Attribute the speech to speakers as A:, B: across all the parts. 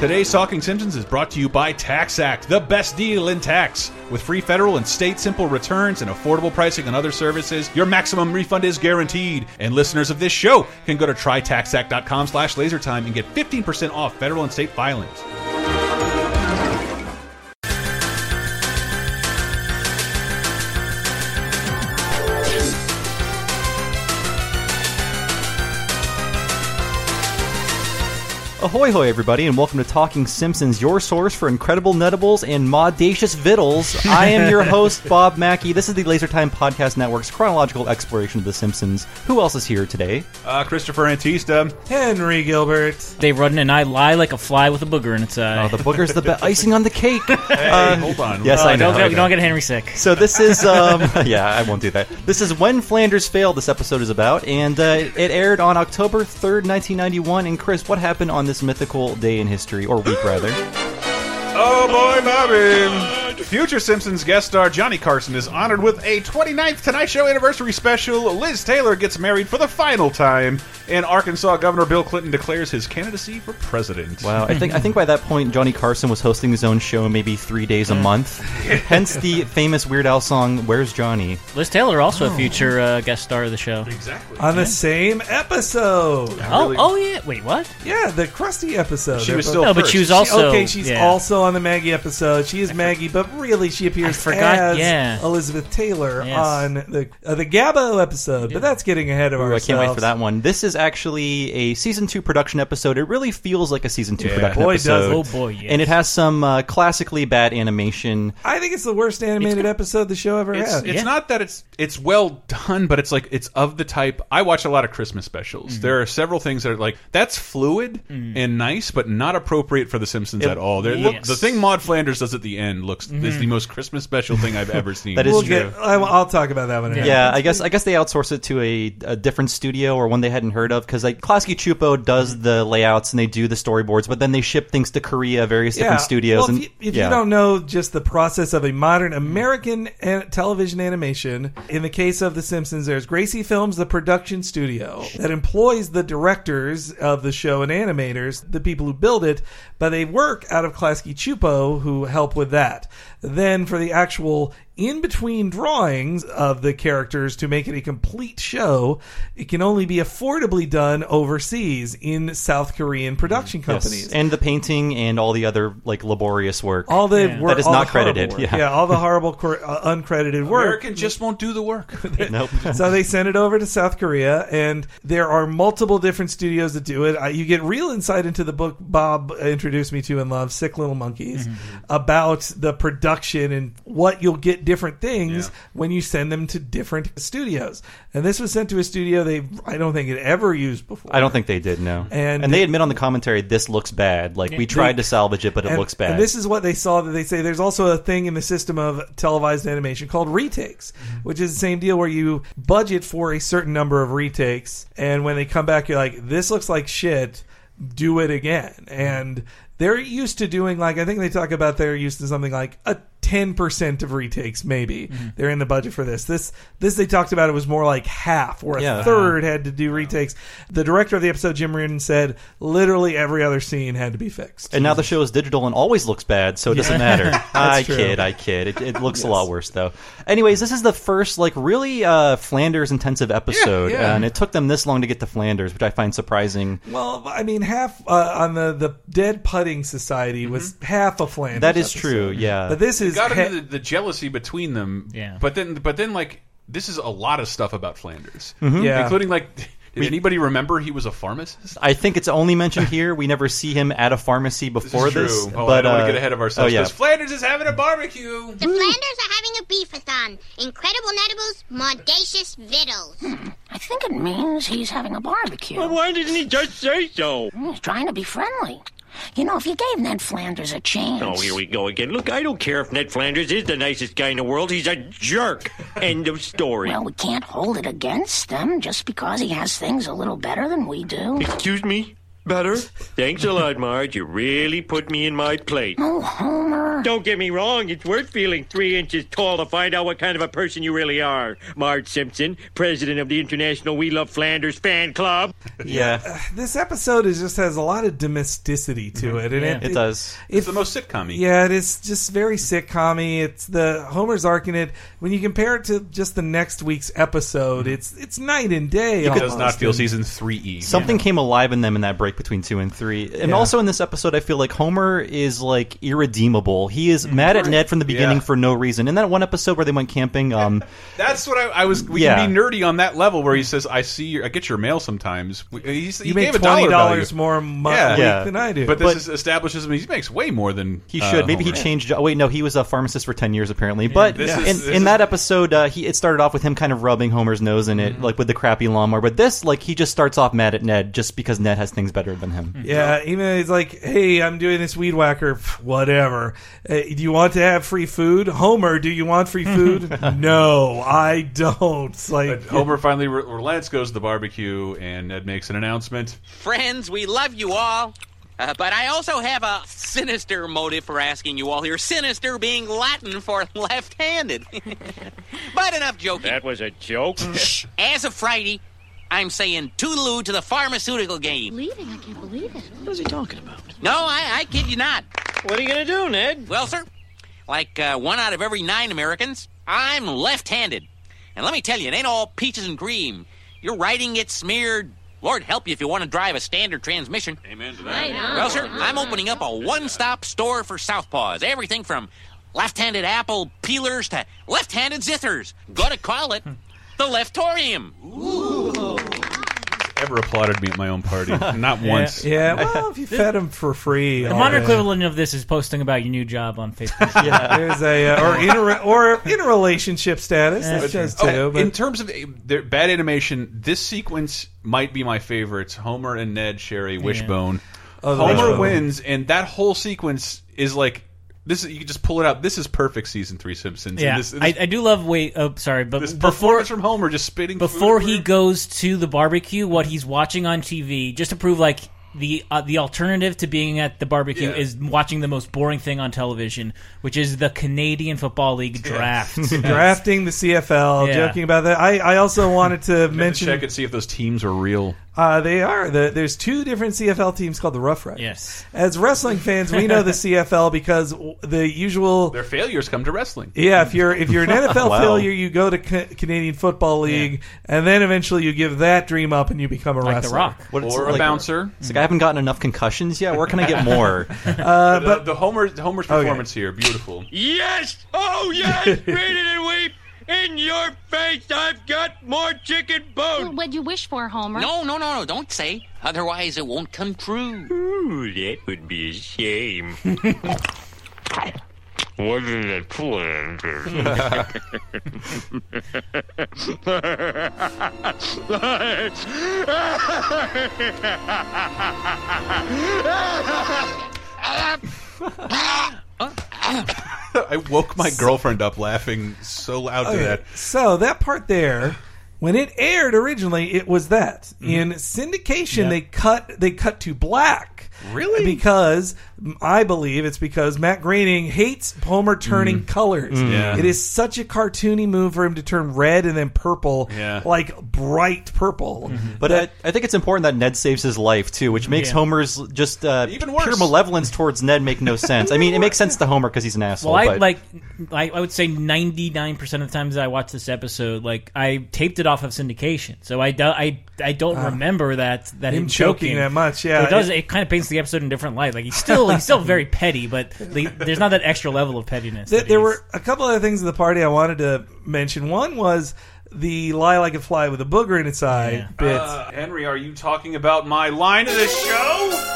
A: Today's Talking Simpsons is brought to you by Tax Act, the best deal in tax. With free federal and state simple returns and affordable pricing on other services, your maximum refund is guaranteed. And listeners of this show can go to trytaxact.com slash lasertime and get 15% off federal and state filings.
B: Ahoy, hoy, everybody, and welcome to Talking Simpsons, your source for incredible nuttables and maudacious vittles. I am your host, Bob Mackey. This is the Laser Time Podcast Network's chronological exploration of The Simpsons. Who else is here today?
A: Uh, Christopher Antista.
C: Henry Gilbert.
D: Dave Rudden and I lie like a fly with a booger in its eye.
B: Oh, the booger's the be- icing on the cake. Uh,
A: Hey, hold on.
B: yes,
D: Oh,
B: I know.
D: Don't, get- don't get Henry sick.
B: So this is, um, yeah, I won't do that. This is When Flanders Failed, this episode is about, and uh, it aired on October 3rd, 1991. And Chris, what happened on this mythical day in history, or week rather?
A: Oh boy, Bobby! Future Simpsons guest star Johnny Carson is honored with a 29th Tonight Show anniversary special. Liz Taylor gets married for the final time, and Arkansas Governor Bill Clinton declares his candidacy for president.
B: Wow, I think I think by that point Johnny Carson was hosting his own show maybe three days a month. Hence the famous Weird Al song "Where's Johnny."
D: Liz Taylor, also
B: Oh.
D: a future uh, guest star of the show.
A: Exactly.
C: On the same episode.
D: Oh,
A: really-
D: oh yeah. Wait, what?
C: Yeah, the Krusty episode.
A: She
C: They're
A: was
C: both-
A: still-
D: No, but
A: first.
D: she was
A: She-
D: also
C: okay, she's
D: yeah.
C: also on the Maggie episode. She is Maggie, but really she appears
D: I forgot,
C: as
D: yeah.
C: Elizabeth Taylor
D: Yes.
C: on the uh, the Gabbo episode. But that's getting ahead of
B: Ooh, I
C: ourselves.
B: can't wait for that one. This is actually a season two production episode. It really feels like a season two
A: Yeah.
B: production
C: Boy, does
B: episode.
C: it.
D: Oh boy, yes.
B: And it has some uh, classically bad animation.
C: I think it's the worst animated episode the show ever
A: It's,
C: had.
A: it's
D: Yeah.
A: not that it's it's well done, but it's like it's of the type. I watch a lot of Christmas specials.
B: Mm-hmm.
A: There are several things that are like that's fluid
B: Mm.
A: and nice, but not appropriate for The Simpsons at all. There-
D: Yes.
A: The thing Maud Flanders does at the end looks is the most Christmas special thing I've ever seen.
B: Mm-hmm. That is
C: we'll
B: true.
C: get. I, will talk about that one.
B: Yeah, I guess I guess they outsource it to a, a different studio or one they hadn't heard of because like Klasky Chupo
C: Mm-hmm.
B: does the layouts and they do the storyboards, but then they ship things to Korea, various different studios.
C: Well,
B: and
C: if you, if
B: yeah.
C: you don't know just the process of a modern American an- television animation, in the case of The Simpsons, there's Gracie Films, the production studio that employs the directors of the show and animators, the people who build it, but they work out of Klasky Chupo, who help with that. Then for the actual in between drawings of the characters to make it a complete show, it can only be affordably done overseas in South Korean production companies.
B: and the painting and all the other like laborious work.
C: All the
D: Yeah.
C: work
B: That is
C: all
B: not
C: the horrible
B: credited,
C: work.
B: yeah.
C: all the horrible cor- uh, uncredited work.
A: American just won't do the work.
B: nope.
C: so they send it over to South Korea, and there are multiple different studios that do it. I, you get real insight into the book Bob introduced me to and love, Sick Little Monkeys,
A: Mm-hmm.
C: about the production and what you'll get different things
A: Yeah.
C: when you send them to different studios. And this was sent to a studio they I don't think had ever used before.
B: I don't think they did. No,
C: And-
B: they admit on the commentary this looks bad. Like we tried to salvage it, but it
C: and,
B: looks bad.
C: and this is what they saw that they say there's also a thing in the system of televised animation called retakes,
B: Mm-hmm.
C: which is the same deal where you budget for a certain number of retakes, and when they come back, you're like, this looks like shit, do it again.
B: Mm-hmm.
C: And they're used to doing like I think they talk about they're used to something like a 10% of retakes maybe
B: Mm-hmm.
C: they're in the budget for this this this they talked about it was more like half or a
B: Yeah.
C: third had to do retakes the director of the episode jim reardon said literally every other scene had to be fixed
B: and now the show is digital and always looks bad, so it doesn't matter. I
C: true.
B: kid, I kid. It, it looks a lot worse though. Anyways, this is the first like really uh, Flanders intensive episode,
A: yeah.
B: and it took them this long to get to Flanders, which I find surprising.
C: Well, I mean, half uh, on the the Dead Putting Society was half a Flanders.
B: That is
C: episode.
B: true. Yeah,
C: But this is
A: got
C: he-
A: into the, the jealousy between them.
D: Yeah.
A: But then, but then, like this is a lot of stuff about Flanders,
B: Mm-hmm.
C: Yeah.
A: including like. Did anybody remember he was a pharmacist?
B: I think it's only mentioned here. We never see him at a pharmacy
A: This
B: before
A: is true.
B: this,
A: oh,
B: but
A: I don't want
B: uh,
A: to get ahead of ourselves.
B: Oh yeah,
A: Because Flanders is having a barbecue.
E: The Flanders are having a beefathon. Incredible Nuttables, Mordacious Vittles.
F: I think it means he's having a barbecue. Hmm,
G: Why didn't he just say so?
F: He's trying to be friendly. You know, if you gave Ned Flanders a chance.
G: Oh, here we go again. Look, I don't care if Ned Flanders is the nicest guy in the world. He's a jerk. End of story.
F: Well, we can't hold it against them just because he has things a little better than we do.
G: Excuse me? Better? Thanks a lot, Marge. You really put me in my place.
F: Oh, Homer.
G: Don't get me wrong, it's worth feeling three inches tall to find out what kind of a person you really are. Marge Simpson, president of the International We Love Flanders fan club.
B: Yeah,
C: This episode is just has a lot of domesticity to it, and
D: Yeah.
C: it,
B: it does.
A: It's the most sitcom
C: Yeah, it is just very sitcom-y. It's the Homer's arc in it. When you compare it to just the next week's episode, it's it's night and day.
A: It does
C: almost.
A: not feel season 3E.
B: Something came alive in them in that break between two and three, and also in this episode, I feel like Homer is like irredeemable. He is mad at Ned from the beginning
A: Mm-hmm. Yeah.
B: for no reason. In that one episode where they went camping, um,
A: That's what I, I was. We
B: Yeah.
A: can be nerdy on that level where he says, "I see, your, I get your mail sometimes." We- He's, he
C: You make
A: gave a
C: twenty
A: dollar
C: dollars
A: value.
C: more a month
A: Yeah.
C: week
B: Yeah.
C: than I do.
A: But this
B: But-
A: is establishes him. He makes way more than
B: He should. Maybe he
A: uh, Homer.
B: changed. jo- Wait, no, he was a pharmacist for ten years apparently. But
A: This
B: in,
A: is- this
B: in
A: is-
B: that episode, uh, he it started off with him kind of rubbing Homer's nose in
A: Mm-hmm.
B: it, like with the crappy lawnmower. But this, like, he just starts off mad at Ned just because Ned has things better than him.
A: Mm-hmm.
C: Yeah, even it's like, hey, I'm doing this weed whacker, Pff, whatever. Uh, do you want to have free food, Homer? Do you want free food? no, I don't. It's Like,
A: But Homer finally re- relents, goes to the barbecue, and Ned makes an announcement.
H: Friends, we love you all. Uh, but I also have a sinister motive for asking you all here. Sinister being Latin for left handed. but enough joking.
G: That was a joke.
H: As of Friday, I'm saying toodaloo to the pharmaceutical game.
F: Leaving, I can't believe it.
H: No, I, I kid you not.
G: what are you going to do, Ned?
H: Well, sir, like uh, one out of every nine Americans, I'm left handed. And let me tell you, it ain't all peaches and cream. Your writing gets smeared. Lord help you if you want to drive a standard transmission. Amen to that. Well, sir, I'm opening up a one stop store for Southpaws. Everything from left handed apple peelers to left handed zithers. Gonna call it the Leftorium.
A: Ever applauded me at my own party? Not once.
C: yeah, well, if you fed him for free,
D: The modern equivalent of this is posting about your new job on Facebook.
C: there's a uh, or in a re- or in a relationship status. That does too.
A: Oh,
C: but
A: in terms of uh, their bad animation, this sequence might be my favorite. Homer and Ned, Sherry, Wishbone.
C: Oh, the
A: Homer
C: Wishbone.
A: wins, and that whole sequence is like this. Is, you can just pull it out. This is perfect season three Simpsons.
D: yeah,
A: and this, this,
D: I, I do love. Wait, oh, sorry, but
A: this
D: before
A: performance from Homer just spitting food
D: before he
A: everywhere.
D: goes to the barbecue, what he's watching on TV, just to prove like the uh, the alternative to being at the barbecue
A: Yeah.
D: is watching the most boring thing on television, which is the Canadian Football League draft.
C: drafting the CFL,
D: Yeah.
C: joking about that. I, I also wanted to
A: You have to
C: mention
A: check and see if those teams are real.
C: Uh, they are. The, there's two different CFL teams called the Rough Riders.
D: Yes.
C: As wrestling fans, we know the CFL because w- the usual.
A: Their failures come to wrestling.
C: Yeah, if you're if you're an NFL
B: Wow.
C: failure, you go to Ca- Canadian Football League, and then eventually you give that dream up and you become a
D: like
C: wrestler.
D: The Rock.
B: What, it's
A: Or a
B: like-
A: bouncer.
B: It's like I haven't gotten enough concussions yet. Where can I get more?
C: Uh,
A: the, the Homer Homer's performance here, beautiful.
G: Yes! Oh, yes! Read it and weep! In your face, I've got more chicken bone!
F: What'd you wish for, Homer?
H: No, no, no, no, don't say. Otherwise, it won't come true.
G: Ooh, that would be a shame. Wasn't it planned?
A: I woke my girlfriend up laughing so loud
C: Oh,
A: to that.
C: So that part there, when it aired originally, it was that.
A: Mm-hmm.
C: In syndication, they cut they cut to black.
A: Really?
C: Because I believe it's because Matt Groening hates Homer turning colors.
A: Mm. Yeah.
C: It is such a cartoony move for him to turn red and then purple,
A: Yeah. Mm-hmm.
C: like bright purple.
B: But I, I think it's important that Ned saves his life too, which makes
D: Yeah.
B: Homer's just uh,
A: Even worse.
B: pure malevolence towards Ned make no sense. I mean, it makes sense to Homer because he's an asshole.
D: Well, I
B: but-
D: like I, I would say ninety nine percent of the times that I watch this episode, like I taped it off of syndication, so I do, I I don't
A: Ah.
D: remember that that
C: him
D: him,
C: choking that much, yeah.
D: it does. It, kind of paints the episode in a different light. Like he's still he's still very petty, but the, there's not that extra level of pettiness.
C: Th-
D: that
C: there
D: he's-
C: were a couple other things at the party I wanted to mention. One was the lie like a fly with a booger in its eye bits.
A: Uh, Henry, are you talking about my line of the show?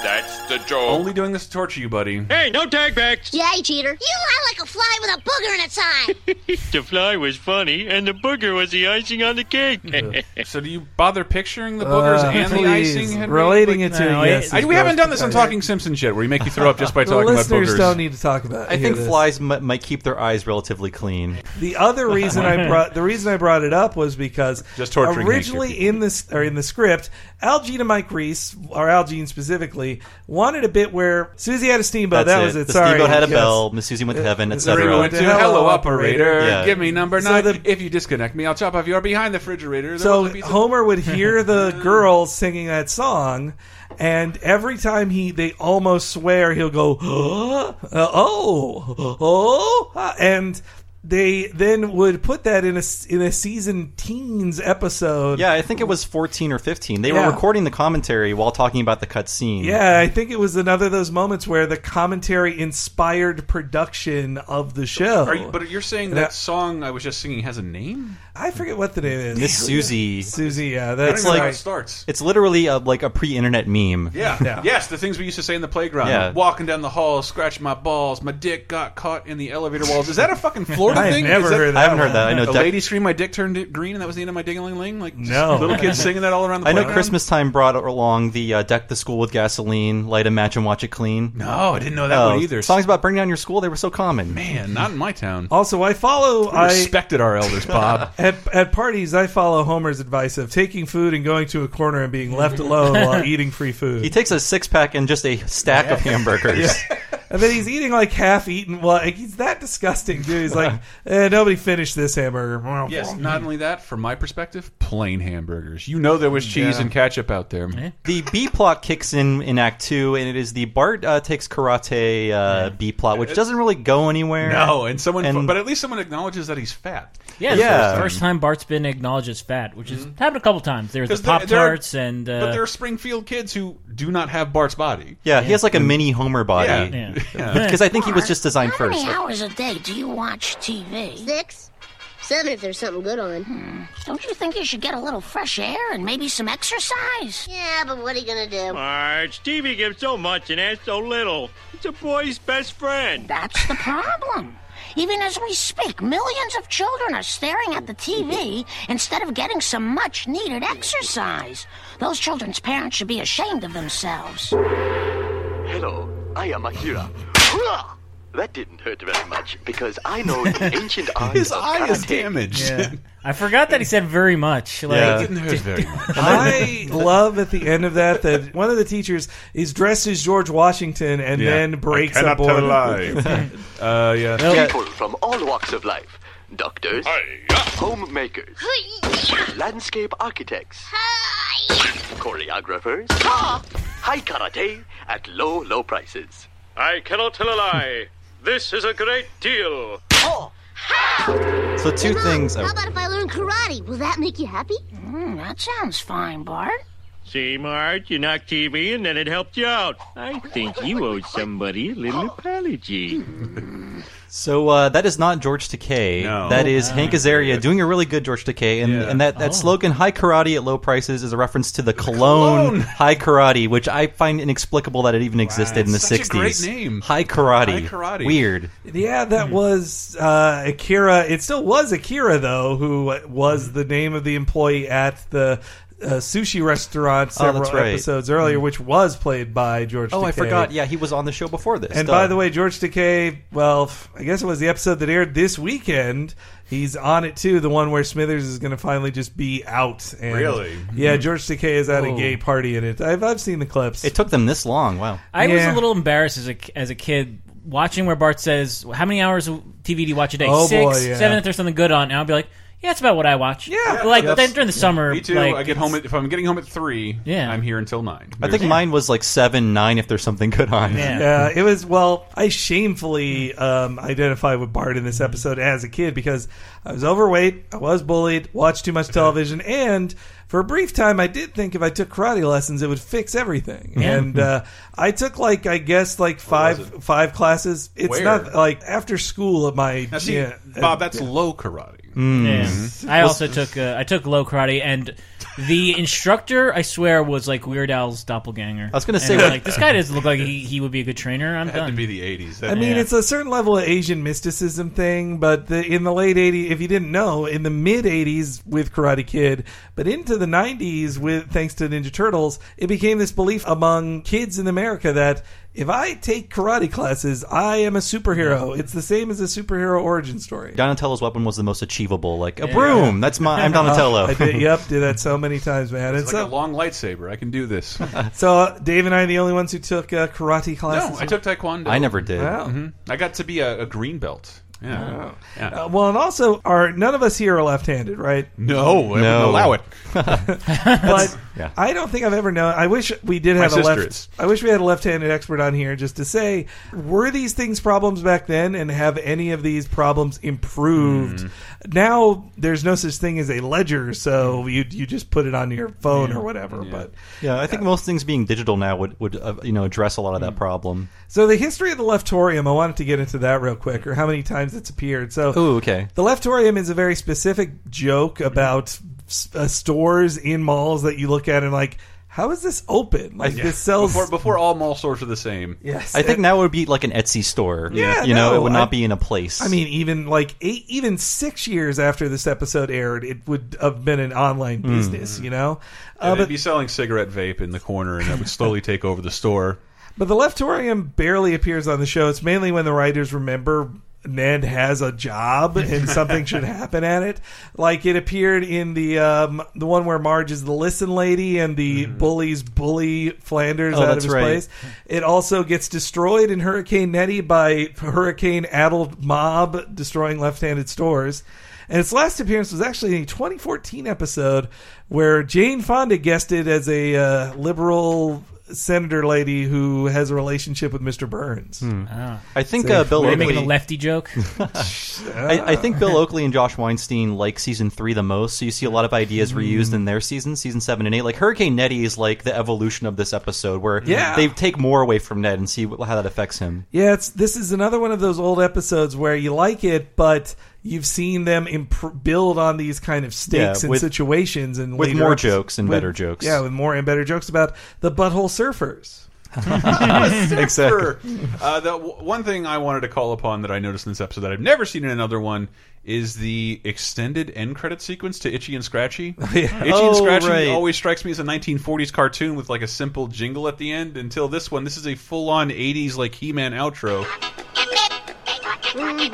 G: That's
I: just a joke.
A: Only doing this to torture you, buddy.
G: Hey, no tag backs.
E: Yay, cheater. You are like a fly with a booger in its eye.
G: The fly was funny, and the booger was the icing on the cake.
A: So do you bother picturing the boogers
C: Uh,
A: and the
C: please,
A: icing? Henry?
C: relating it to
D: no, it-
C: yes.
A: I,
C: is
A: we haven't done this on
C: gross.
A: Talking Simpsons yet, where you make you throw up just by
C: The
A: talking about
C: listeners
A: boogers.
C: don't need to talk about.
B: I
C: hear
B: think
C: this.
B: flies m- might keep their eyes relatively clean.
C: The other reason I brought the reason I brought it up was because
A: Just torturing Hank
C: originally
A: here.
C: in this or in the script, Al Jean and Mike Reese or Al Jean specifically wanted a bit where Susie had a steamboat.
B: That's
C: that was it.
B: The
C: Sorry,
B: steamboat had a
C: yes. Uh,
B: bell. Miss Susie went to heaven,
C: it's everyone
A: Everyone
B: etc.
A: went to hello operator.
B: Yeah.
A: Give me number
C: So
A: nine.
C: the-
A: if you disconnect me, I'll chop off your behind the refrigerator. There
C: So
A: was a piece of-
C: Homer would hear the girl singing that song, and every time he they almost swear, he'll go, "Huh? Uh, "Oh, oh," uh," and they then would put that in a s- in a season teens episode.
B: Yeah, I think it was 14 or 15. They
C: Yeah.
B: were recording the commentary while talking about the cut scene.
C: Yeah, I think it was another of those moments where the commentary inspired production of the show.
A: Are you, but you're saying
C: Yeah.
A: that song I was just singing has a name?
C: I forget what the name is.
B: Miss Susie.
C: Susie, yeah,
A: I don't
C: that's
A: even know how it
C: like
A: starts.
B: It's literally a, like a pre-internet meme.
A: Yeah. Yes, the things we used to say in the playground.
B: Yeah.
A: Walking down the hall, scratch my balls. My dick got caught in the elevator walls. Is that a fucking Florida
C: I have
A: thing?
C: never
A: Is that,
C: heard that
B: I haven't
C: one.
B: heard that. I know.
A: a
B: Dec-
A: lady screamed, "My dick turned it green," and that was the end of my dingling ling. Like just
C: No.
A: little kids singing that all around the
B: I know
A: playground?
B: Christmas time brought along the uh, deck the school with gasoline, light a match and watch it clean.
A: No, I didn't know that
B: Oh,
A: one either.
B: Songs about burning down your school, they were so common.
A: man, not in my town.
C: Also, I follow
A: I
C: I
A: respected our elders, Bob.
C: at, at parties I follow Homer's advice of taking food and going to a corner and being left alone while eating free
B: He
C: food.
B: takes a six pack and just a stack of hamburgers.
C: And then he's eating like half eaten. Well, like, he's that disgusting, dude. He's like, eh, nobody finished this hamburger.
A: yes, not only that, from my perspective, plain hamburgers. You know there was cheese and ketchup out there.
B: The B plot kicks in in Act Two, and it is the Bart uh, takes karate uh, B plot, which doesn't really go anywhere.
A: No, and someone,
B: And-
A: but at least someone acknowledges that he's fat.
D: Yeah,
B: Yeah.
D: yeah. First time Bart's been acknowledged as fat, which has happened a couple times. There's the
A: 'Cause Mm-hmm. there-
D: Pop
A: there are-
D: Tarts and uh,
A: But there are Springfield kids who do not have Bart's body.
B: Yeah, he has like a mini Homer body
D: yeah.
B: because I think he was just designed
F: How
B: first.
F: many hours a day do you watch TV?
E: Six? Seven if there's something good on.
F: Hmm, Don't you think you should get a little fresh air and maybe some exercise?
E: Yeah, but what are you gonna do?
G: Marge, TV gives so much and asks so little. It's a boy's best friend.
F: That's the problem. Even as we speak, millions of children are staring at the TV instead of getting some much needed exercise. Those children's parents should be ashamed of themselves.
J: Hello, I am Akira. Hurrah! That didn't hurt very much because I know the ancient art
A: His
J: of
A: eye is
J: karate.
A: damaged.
D: I forgot that he said very much. Like,
B: Yeah.
A: Didn't hurt very much.
C: I love at the end of that that one of the teachers is dressed as George Washington and then breaks
A: I
C: a
A: cannot
C: board.
A: tell a lie. uh, yeah.
J: People from all walks of life. Doctors, homemakers, landscape architects, choreographers, Ah, high karate at low, low prices.
G: I cannot tell a lie. This is a great deal.
J: Ah.
B: So two things.
E: How about if I learn karate? Will that make you happy?
F: Hmm, that sounds fine, Bart.
G: See, Marge, you knocked TV and then it helped you out. I think you owe somebody a little apology.
B: So uh, that is not George Takei.
A: No.
B: That is Hank Azaria doing a really good George Takei, and,
A: Yeah.
B: and that, that slogan "High Karate at Low Prices" is a reference to the Cologne,
A: Cologne.
B: High Karate, which I find inexplicable that it even existed in the
A: Such a
B: '60s.
A: great name.
B: High Karate.
A: High Karate.
B: Weird.
C: Yeah,
B: Hmm.
C: that was uh, Akira. It still was Akira though, who
B: Hmm.
C: was the name of the employee at the uh, sushi restaurant
B: Oh, that's
C: several
B: right. Hmm.
C: episodes earlier, which was played by George.
B: Oh, I
C: Takei.
B: forgot. Yeah, he was on the show before this.
C: And
B: Duh.
C: by the way, George Takei, well, f- I guess it was the episode that aired this weekend. He's on it too, the one where Smithers is going to finally just be out. And
A: Really?
C: Yeah, George Takei is at a gay party in it. I've, I've seen the clips.
B: Hmm. it took them this long. Wow.
D: I was
C: Yeah.
D: a little embarrassed as a as a kid watching where Bart says, "How many hours of TV do you watch a day?
C: Oh,
D: Six,
C: boy, yeah.
D: seven. If there's something good on." And I'll be like, "Yeah, that's about what I watch."
C: Yeah.
D: like
A: That's-
D: then during the summer.
A: Me too.
D: like,
A: I get
D: it's-
A: home at, if I'm getting home at three.
D: Yeah.
A: I'm here until nine.
B: I think mine was like seven, nine. If there's something good on.
D: Yeah.
C: Yeah, it was. Well, I shamefully um, identify with Bart in
A: Mm-hmm.
C: this episode as a kid because I was overweight, I was bullied, watched too much television, and for a brief time, I did think if I took karate lessons, it would fix everything. And
A: Mm-hmm.
C: uh, I took like I guess like five five classes. It's
A: Where?
C: not like after school at my
A: Now, see,
C: yeah,
B: Mm.
C: Hmm.
A: Bob, that's low karate.
D: Yeah. I also took uh, I took low karate and The instructor, I swear, was like Weird Al's doppelganger.
B: I was gonna
D: And
B: say,
D: I'm
B: what-
D: like, this guy doesn't look like he, he would be a good trainer. I'm
A: had to
D: done.
A: be the 80s. That-
C: I mean,
D: Yeah.
C: it's a certain level of Asian mysticism thing, but the, in the late 80s, if you didn't know, in the mid 80s with Karate Kid, but into the 90s with thanks to Ninja Turtles, it became this belief among kids in America that if I take karate classes, I am a superhero. It's the same as a superhero origin story.
B: Donatello's weapon was the most achievable. Like, a broom. That's my. I'm Donatello.
C: I did, yep, did that so many times, man.
A: It's
C: It's
A: like a
C: so,
A: long lightsaber. I can do this. no,
C: so uh, Dave and I are the only ones who took uh, karate classes.
A: I took taekwondo.
B: I never did.
C: Wow.
A: Mhm. I got to be a, a green belt. Yeah. yeah.
C: Uh, well, and also, are none of us here are left-handed, right?
A: no, I wouldn't
B: No.
A: allow it.
C: but
B: Yeah.
C: I don't think I've ever known. I wish we did have a
A: sister
C: left.
A: is.
C: I wish we had a left-handed expert on here just to say, were these things problems back then, and have any of these problems improved?
B: Mm.
C: Now there's no such thing as a ledger, so you you just put it on your phone or whatever. But
B: Yeah, I think most things being digital now would would uh, you know address a lot
C: Mm.
B: of that problem.
C: so the history of the leftorium, I wanted to get into that real quick, or how many times it's appeared. So
B: Ooh, okay.
C: The Leftorium is a very specific joke about s- uh, stores in malls that you look at and like, how is this open? Like this sells.
A: Before, before all mall stores are the same.
C: yes,
B: I think now it would be like an Etsy store.
C: Yeah,
B: you know,
C: no,
B: it would
C: I-
B: not be in a place.
C: I mean, even like eight, even six years after this episode aired, it would have been an online
B: Hmm.
C: business, you know. Uh,
A: And they'd
C: but
A: be selling cigarette vape in the corner, and that would slowly take over the store.
C: but the Leftorium barely appears on the show. It's mainly when the writers remember. Ned has a job and something should happen at it. Like it appeared in the um, the one where Marge is the listen lady and the bullies bully Flanders
B: Mm-hmm. Oh,
C: out of
B: that's
C: his
B: right.
C: place. It also gets destroyed in Hurricane Nettie by hurricane addled mob destroying left handed stores. And its last appearance was actually in a 2014 episode where Jane Fonda guested as a uh, liberal senator lady who has a relationship with Mr. Burns.
B: I think uh, Bill
D: Are they making a
B: Oakley.
D: lefty joke?
B: I, I think
C: uh,
B: Bill Oakley and Josh Weinstein like season three the most. So you see a lot of
C: Mm.
B: ideas reused in their season, season seven and eight. Like Hurricane Nettie is like the evolution of this episode, where
C: Yeah.
B: they take more away from Ned and see wh- how that affects him.
C: Yeah, it's this is another one of those old episodes where you like it, but you've seen them imp- build on these kind of stakes
B: Yeah,
C: and
B: with-
C: situations and
B: with
C: later
B: more
C: episodes-
B: jokes and better jokes.
C: Yeah, with more and better jokes about the butthole surfers.
B: Exactly.
A: Sure. Uh, the w- one thing I wanted to call upon that I noticed in this episode that I've never seen in another one is the extended end credit sequence to Itchy and Scratchy. Itchy and
B: Oh,
A: Scratchy
B: right.
A: always strikes me as a 1940s cartoon with like a simple jingle at the end. Until this one, this is a full-on 80s like He-Man outro.
F: Mm-hmm.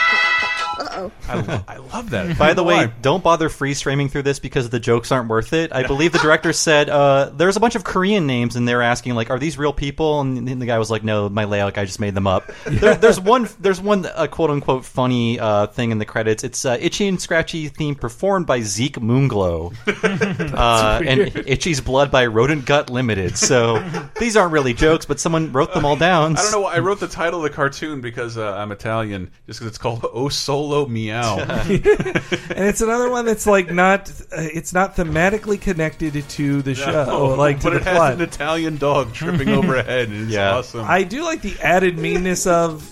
A: I, lo- I love that.
B: By the way,
A: Why?
B: don't bother freeze framing through this because the jokes aren't worth it. I believe the director said uh, there's a bunch of Korean names, and they're asking like, "Are these real people?" And then the guy was like, "No, my layout guy just made them up." There, there's one, there's one uh, quote unquote funny uh, thing in the credits. It's uh, Itchy and Scratchy theme performed by Zeke Moonglow, uh, and Itchy's blood by Rodent Gut Limited. So these aren't really jokes, but someone wrote them all down.
A: I don't know. why I wrote the title of the cartoon because uh, I'm Italian, just because it's called "O Solo Meow."
C: and it's another one that's like not uh, it's not thematically connected to the show Oh, like to
A: but
C: the
A: it has
C: plot
A: an Italian dog tripping over a head, and it's
B: Yeah.
A: awesome.
C: i do like the added meanness of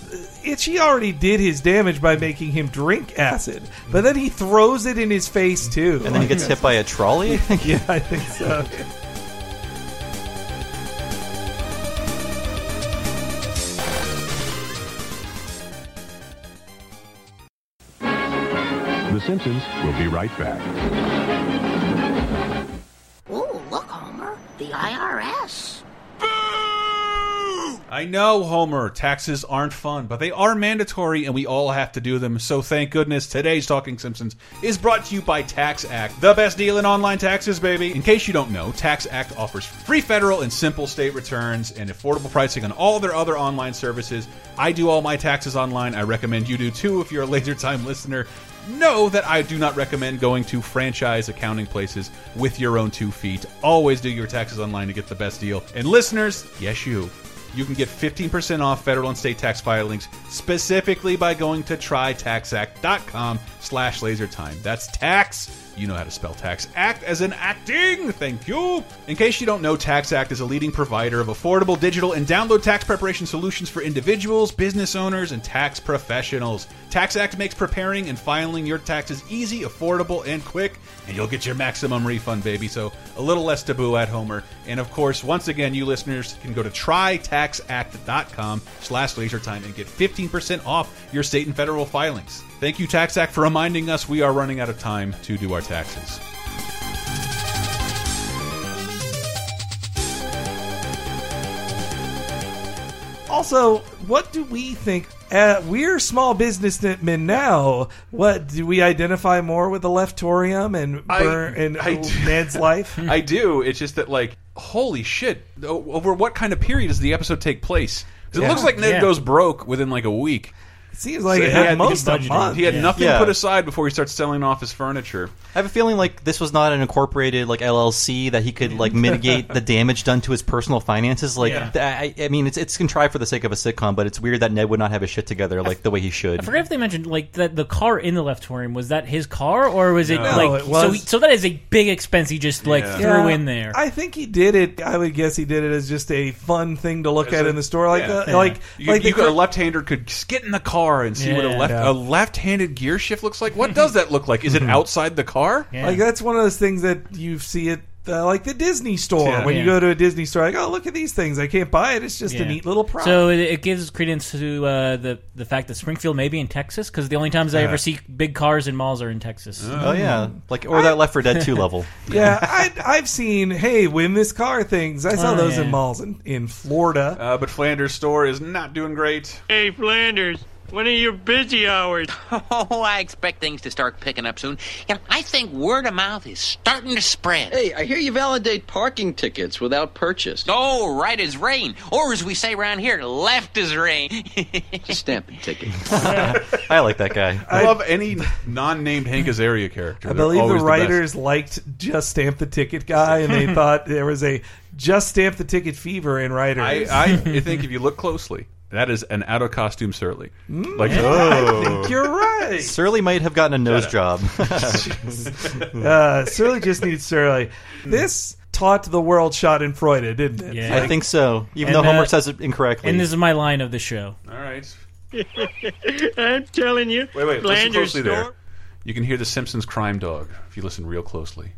C: itchy already did his damage by making him drink acid but then he throws it in his face too
B: And then he gets hit by a trolley. I think.
C: yeah i think so
I: The Simpsons will be right back.
F: Ooh, look, Homer, the IRS.
A: I know, Homer, taxes aren't fun, but they are mandatory and we all have to do them. So thank goodness today's Talking Simpsons is brought to you by Tax Act, the best deal in online taxes, baby. In case you don't know, Tax Act offers free federal and simple state returns and affordable pricing on all their other online services. I do all my taxes online. I recommend you do too if you're a laser time listener. Know that I do not recommend going to franchise accounting places with your own two feet. Always do your taxes online to get the best deal. And listeners, yes, you you can get 15% off federal and state tax filings specifically by going to trytaxact.com slash laser time. That's tax. You know how to spell tax. Act as in acting. Thank you. In case you don't know, Tax Act is a leading provider of affordable digital and download tax preparation solutions for individuals, business owners, and tax professionals. Tax Act makes preparing and filing your taxes easy, affordable, and quick, and you'll get your maximum refund, baby. So a little less taboo at Homer. And of course, once again, you listeners can go to trytaxact.com slash lasertime and get 15% off your state and federal filings. Thank you, Tax Act, for reminding us we are running out of time to do our taxes.
C: Also, what do we think? Uh, we're small businessmen now. What do we identify more with the leftorium and
A: I-
C: burn and
A: I
C: uh,
A: do-
C: Ned's life?
A: I do. It's just that, like, holy shit! o- Over what kind of period does the episode take place? 'Cause it
C: Yeah.
A: looks like Ned
C: Yeah.
A: goes broke within like a week.
C: Seems like
A: So
C: at
A: he had-
C: most a
A: he had-
C: month.
A: He had nothing
B: Yeah.
A: put aside before he starts selling off his furniture.
B: I have a feeling like this was not an incorporated like LLC that he could like mitigate the damage done to his personal finances. Like,
D: Yeah.
B: th- I, I mean, it's it's contrived for the sake of a sitcom, but it's weird that Ned would not have his shit together like the way he should.
D: I forgot if they mentioned like that the car in the leftorium was that his car or was it
B: No,
D: like
C: it was-
D: so? He, so that is a big expense he just like
C: Yeah.
D: threw
C: Yeah.
D: in there.
C: I think he did it. I would guess he did it as just a fun thing to look
A: As
C: at
A: a-
C: in the store, like
A: yeah.
C: uh, like
A: You,
C: like
A: you
C: the
A: got a
C: cr-
A: left-hander could s- get in the car and see what a
C: Yeah.
A: left
C: Yeah.
A: a left-handed gear shift looks like. What does that look like? Is it outside the car?
C: like uh, that's one of those things that you see at uh, like the Disney store
A: Yeah.
C: when you
A: Yeah.
C: go to a Disney store, like oh look at these things, I can't buy it. It's just a
D: Yeah.
C: neat little prop.
D: So it, it gives credence to uh, the the fact that Springfield may be in Texas because the only times I
B: Yeah.
D: ever see big cars in malls are in Texas.
B: Oh yeah, like or that Left for Dead two level.
C: yeah, I, I've seen hey win this car things. I saw
A: Oh,
C: those in
A: yeah.
C: malls in, in Florida.
A: Uh, but Flanders' store is not doing great.
G: Hey, Flanders, when are your busy hours?
H: Oh, I expect things to start picking up soon. You know, I think word of mouth is starting to spread.
K: Hey, I hear you validate parking tickets without purchase.
H: Oh, right as rain. Or as we say around here, left as rain.
K: Stamping ticket.
B: I like that guy.
A: I, love any non-named Hank Azaria character.
C: I believe the
A: writers.
C: writers liked Just Stamp the Ticket guy, and they thought there was a Just Stamp the Ticket fever in
A: I,
C: writers.
A: I think if you look closely, that is an out of costume Surly. Like,
C: Mm.
A: oh.
C: I think you're right.
B: Surly might have gotten a nose job.
C: uh, Surly just needs Surly. This taught the world shot in Freud, didn't it?
B: I think so. Even though Homer says it incorrectly.
D: and this is my line of the show.
A: all right.
G: I'm telling you.
A: Wait, wait, listen
G: Flanders
A: closely
G: store.
A: there. You can hear the Simpsons crime dog if you listen real closely.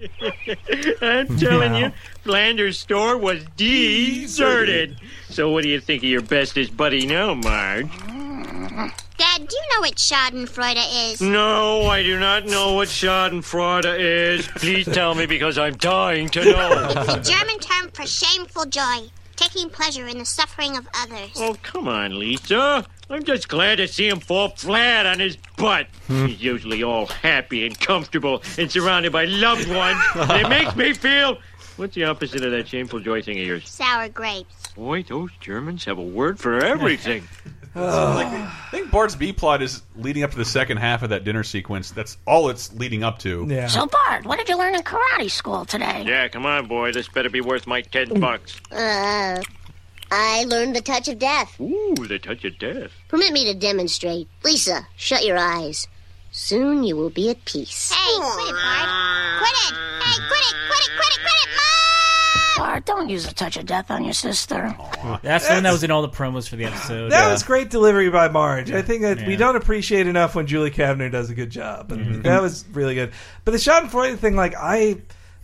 G: I'm telling
A: Wow.
G: you, Flanders store was deserted. So what do you think of your bestest buddy now, Marge?
E: Dad, do you know what Schadenfreude is?
G: No, I do not know what Schadenfreude is. Please tell me because I'm dying to know.
E: It's a German term for shameful joy, taking pleasure in the suffering of others.
G: oh, come on, Lisa. I'm just glad to see him fall flat on his butt. He's usually all happy and comfortable and surrounded by loved ones. and it makes me feel. What's the opposite of that shameful joy thing of yours?
E: Sour grapes.
G: Boy, those Germans have a word for everything.
A: Like, I think Bart's B plot is leading up to the second half of that dinner sequence. That's all it's leading up to.
F: So, Bart, what did you learn in karate school today?
G: Yeah, come on, boy. This better be worth my
L: Mm.
G: ten bucks.
E: Uh, I learned the touch of death.
G: Ooh, the touch of death.
E: Permit me to demonstrate. Lisa, shut your eyes. Soon you will be at peace. Hey, quit it, Bart. Quit it. Hey, quit it, quit it, quit it, quit it, Mom!
F: Bart, don't use the touch of death on your sister.
D: That's the one that was in all the promos for the episode.
C: That was great delivery by Marge. I think that we don't appreciate enough when Julie Kavner does a good job. And
A: Mm-hmm.
C: That was really good. But the Schadenfreude thing, like I,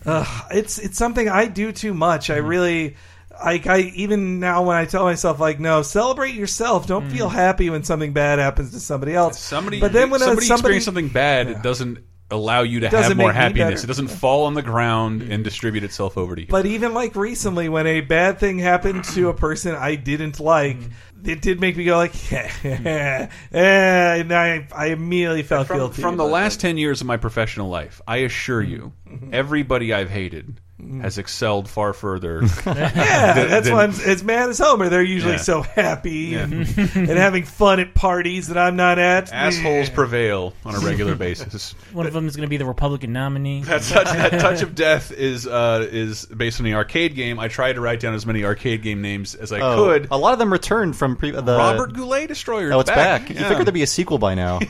C: uh, it's it's something I do too much.
A: Mm-hmm.
C: I really, like I even now when I tell myself like, no, celebrate yourself. Don't feel happy when something bad happens to somebody else.
A: Mm-hmm. Somebody,
C: but then when uh,
A: somebody,
C: somebody
A: experiences something bad, it doesn't allow you to
C: Doesn't
A: have more
C: make me
A: happiness.
C: better.
A: It doesn't fall on the ground and distribute itself over to you.
C: But even like recently, when a bad thing happened to a person I didn't like,
A: Mm-hmm.
C: it did make me go like, eh, and I, I immediately felt
A: from,
C: guilty.
A: from the
C: about
A: last 10 years of my professional life, I assure you, everybody I've hated has excelled far further.
C: yeah, that's why I'm as mad as Homer. They're usually
A: Yeah.
C: so happy
A: Yeah.
C: and, and having fun at parties that I'm not at.
A: Assholes prevail on a regular basis.
D: One of them is going to be the Republican nominee.
A: That touch, that touch of death is uh, is based on the arcade game. I tried to write down as many arcade game names as I
B: Oh,
A: could.
B: A lot of them returned from pre- uh, the
A: Robert Goulet Destroyer.
B: Oh, it's back. You
A: Yeah.
B: figured there'd be a sequel by now.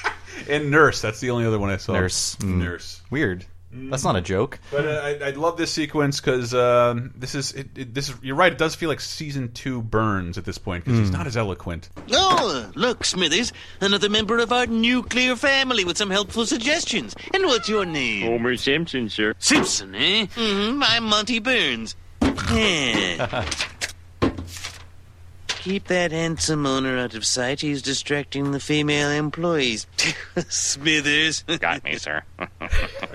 A: and Nurse. That's the only other one I saw.
B: Nurse. Mm.
A: Nurse. Mm.
B: Weird. That's not a joke.
A: But uh, I, I love this sequence because um, this is it, it, this is you're right. It does feel like season two burns at this point because
B: Mm.
A: he's not as eloquent.
L: Oh, look, Smithers, another member of our nuclear family with some helpful suggestions. And what's your name?
G: Homer Simpson, sir.
L: Mm. Simpson, eh? hmm I'm Monty Burns. Yeah. Keep that handsome owner out of sight. He's distracting the female employees. Smithers. Got me, sir.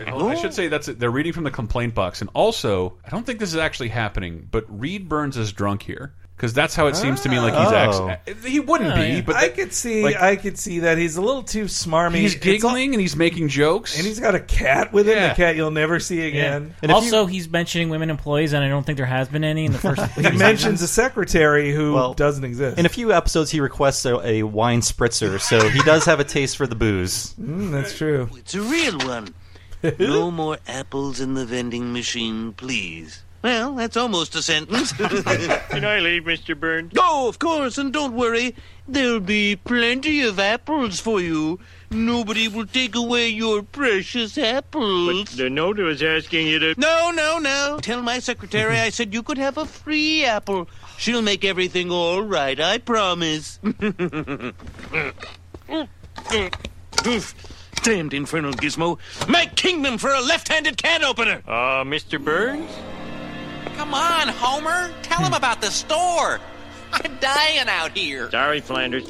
A: Oh, I should say that's it. they're reading from the complaint box, and also I don't think this is actually happening. But Reed Burns is drunk here because that's how it seems to me. Like he's
B: Oh.
A: acts. He wouldn't be, but
C: I could see,
A: like-
C: I could see that he's a little too smarmy.
A: he's
C: It's all-
A: giggling and he's making jokes.
C: and he's got a cat with him.
A: Yeah.
C: The cat you'll never see again.
B: And if
D: also, he's mentioning women employees, and I don't think there has been any in the first.
C: He mentions a secretary who
B: Well,
C: doesn't exist.
B: In a few episodes, he requests a, a wine spritzer, so he does have a taste for the booze.
C: Mm, that's true.
L: It's a real one. no more apples in the vending machine, please. Well, that's almost a sentence.
G: Can I leave, Mr. Burns?
L: oh, of course, and don't worry. There'll be plenty of apples for you. Nobody will take away your precious
G: But
L: apples.
G: the note was asking you to.
L: No, no, no. Tell my secretary I said you could have a free apple. She'll make everything all right, I promise. Oof. Damned infernal gizmo. Make kingdom for a left handed can opener.
G: Uh, Mr. Burns?
L: Come on, Homer. Tell him about the store. I'm dying out here.
G: Sorry, Flanders.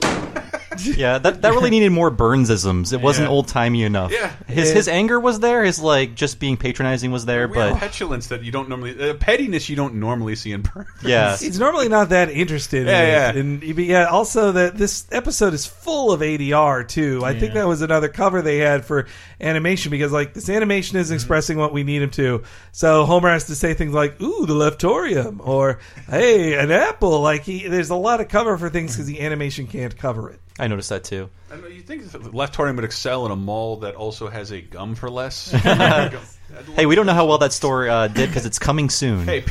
B: Yeah, that, that really needed more Burnsisms. It wasn't
A: Yeah.
B: old timey enough.
A: Yeah.
B: his
C: Yeah.
B: his anger was there. His like just being patronizing was there,
A: uh, Weird
B: but
A: petulance that you don't normally, uh, pettiness you don't normally see in Burns.
B: yeah,
C: He's normally not that interested.
A: Yeah,
C: in
A: yeah.
C: It. And but yeah, also that this episode is full of ADR too. I think that was another cover they had for animation because like this animation is expressing what we need him to. So Homer has to say things like "Ooh, the Leftorium" or "Hey, an apple." Like he, there's a lot of cover for things because the animation can't cover it.
B: I noticed that too.
A: I don't know, you think that Leftorium would excel in a mall that also has a gum for less?
B: Hey, we don't know how well that store uh, did because it's coming soon.
A: hey,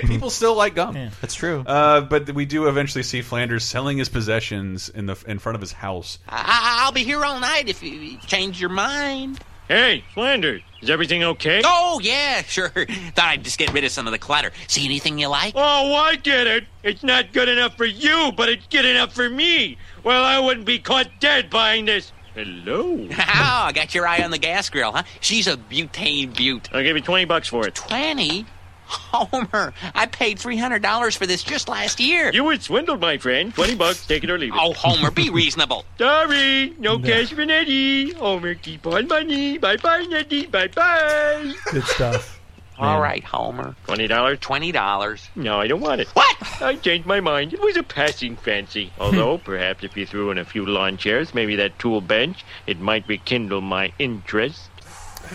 A: people still like gum.
B: That's true.
A: Uh, but we do eventually see Flanders selling his possessions in the in front of his house.
D: Ah,
L: I- I'll be here all night if you change your mind.
G: Hey, Flanders, is everything okay?
L: Oh, yeah, sure. Thought I'd just get rid of some of the clutter. See anything you like?
G: Oh, I get it. It's not good enough for you, but it's good enough for me. Well, I wouldn't be caught dead buying this. Hello.
L: Oh, I got your eye on the gas grill, huh? She's a butane butte.
G: I'll give you 20 bucks for it.
L: 20? Homer, I paid $300 for this just last year.
G: You were swindled, my friend. 20 bucks, take it or leave it.
L: Oh, Homer, be reasonable.
G: Sorry, no, cash for Nettie. Homer, keep on money. Bye bye, Nettie. Bye bye.
C: Good stuff.
L: All right, Homer.
G: $20?
L: $20.
G: No, I don't want it.
L: What?
G: I changed my mind. It was a passing fancy. Although, perhaps if you threw in a few lawn chairs, maybe that tool bench, it might rekindle my interest.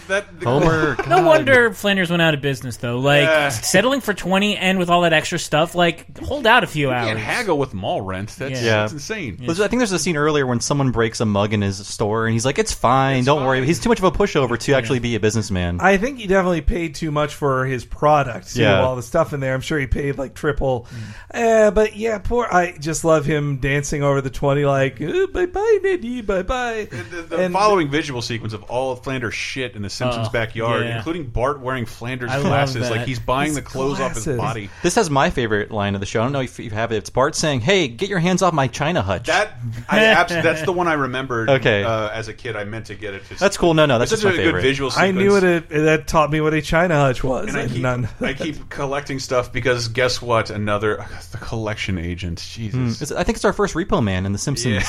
A: That, the,
B: Homer,
D: No wonder Flanders went out of business, though. Like
A: Yeah.
D: settling for twenty and with all that extra stuff, like hold out a few
A: can't
D: hours.
A: haggle with mall rent. That's,
D: Yeah.
A: that's insane.
B: There's- I think there's a scene earlier when someone breaks a mug in his store, and he's like, "It's fine, don't worry." He's too much of a pushover to actually be a businessman.
C: I think he definitely paid too much for his product. Too,
B: Yeah. Mm.
C: all the stuff in there. I'm sure he paid like triple. Uh, but yeah, poor. I just love him dancing over the twenty. Like bye bye, Neddy, bye bye.
A: The, the following visual sequence of all of Flanders' shit in the Simpsons
D: Oh,
A: backyard,
D: yeah.
A: including Bart wearing Flanders
D: I love
A: glasses,
D: that.
A: like he's buying
C: His
A: the clothes off his
C: glasses.
A: body.
B: This has my favorite line of the show. I don't know if you have it. It's Bart saying, "Hey, get your hands off my china hutch."
A: That I abs- that's the one I remembered.
B: Okay.
A: uh, as a kid, I meant to get it. Just,
B: That's cool. No, no, that's
A: It's
B: just
A: such
B: my
A: a
B: favorite.
A: good visual.
C: I
A: Sequence.
C: knew it, it. That taught me what a china hutch was.
A: And I
C: I
A: keep,
C: none.
A: I keep collecting stuff because guess what? Another uh, the collection agent. Jesus.
B: It's- Hmm. I think it's our first Repo Man in The Simpsons.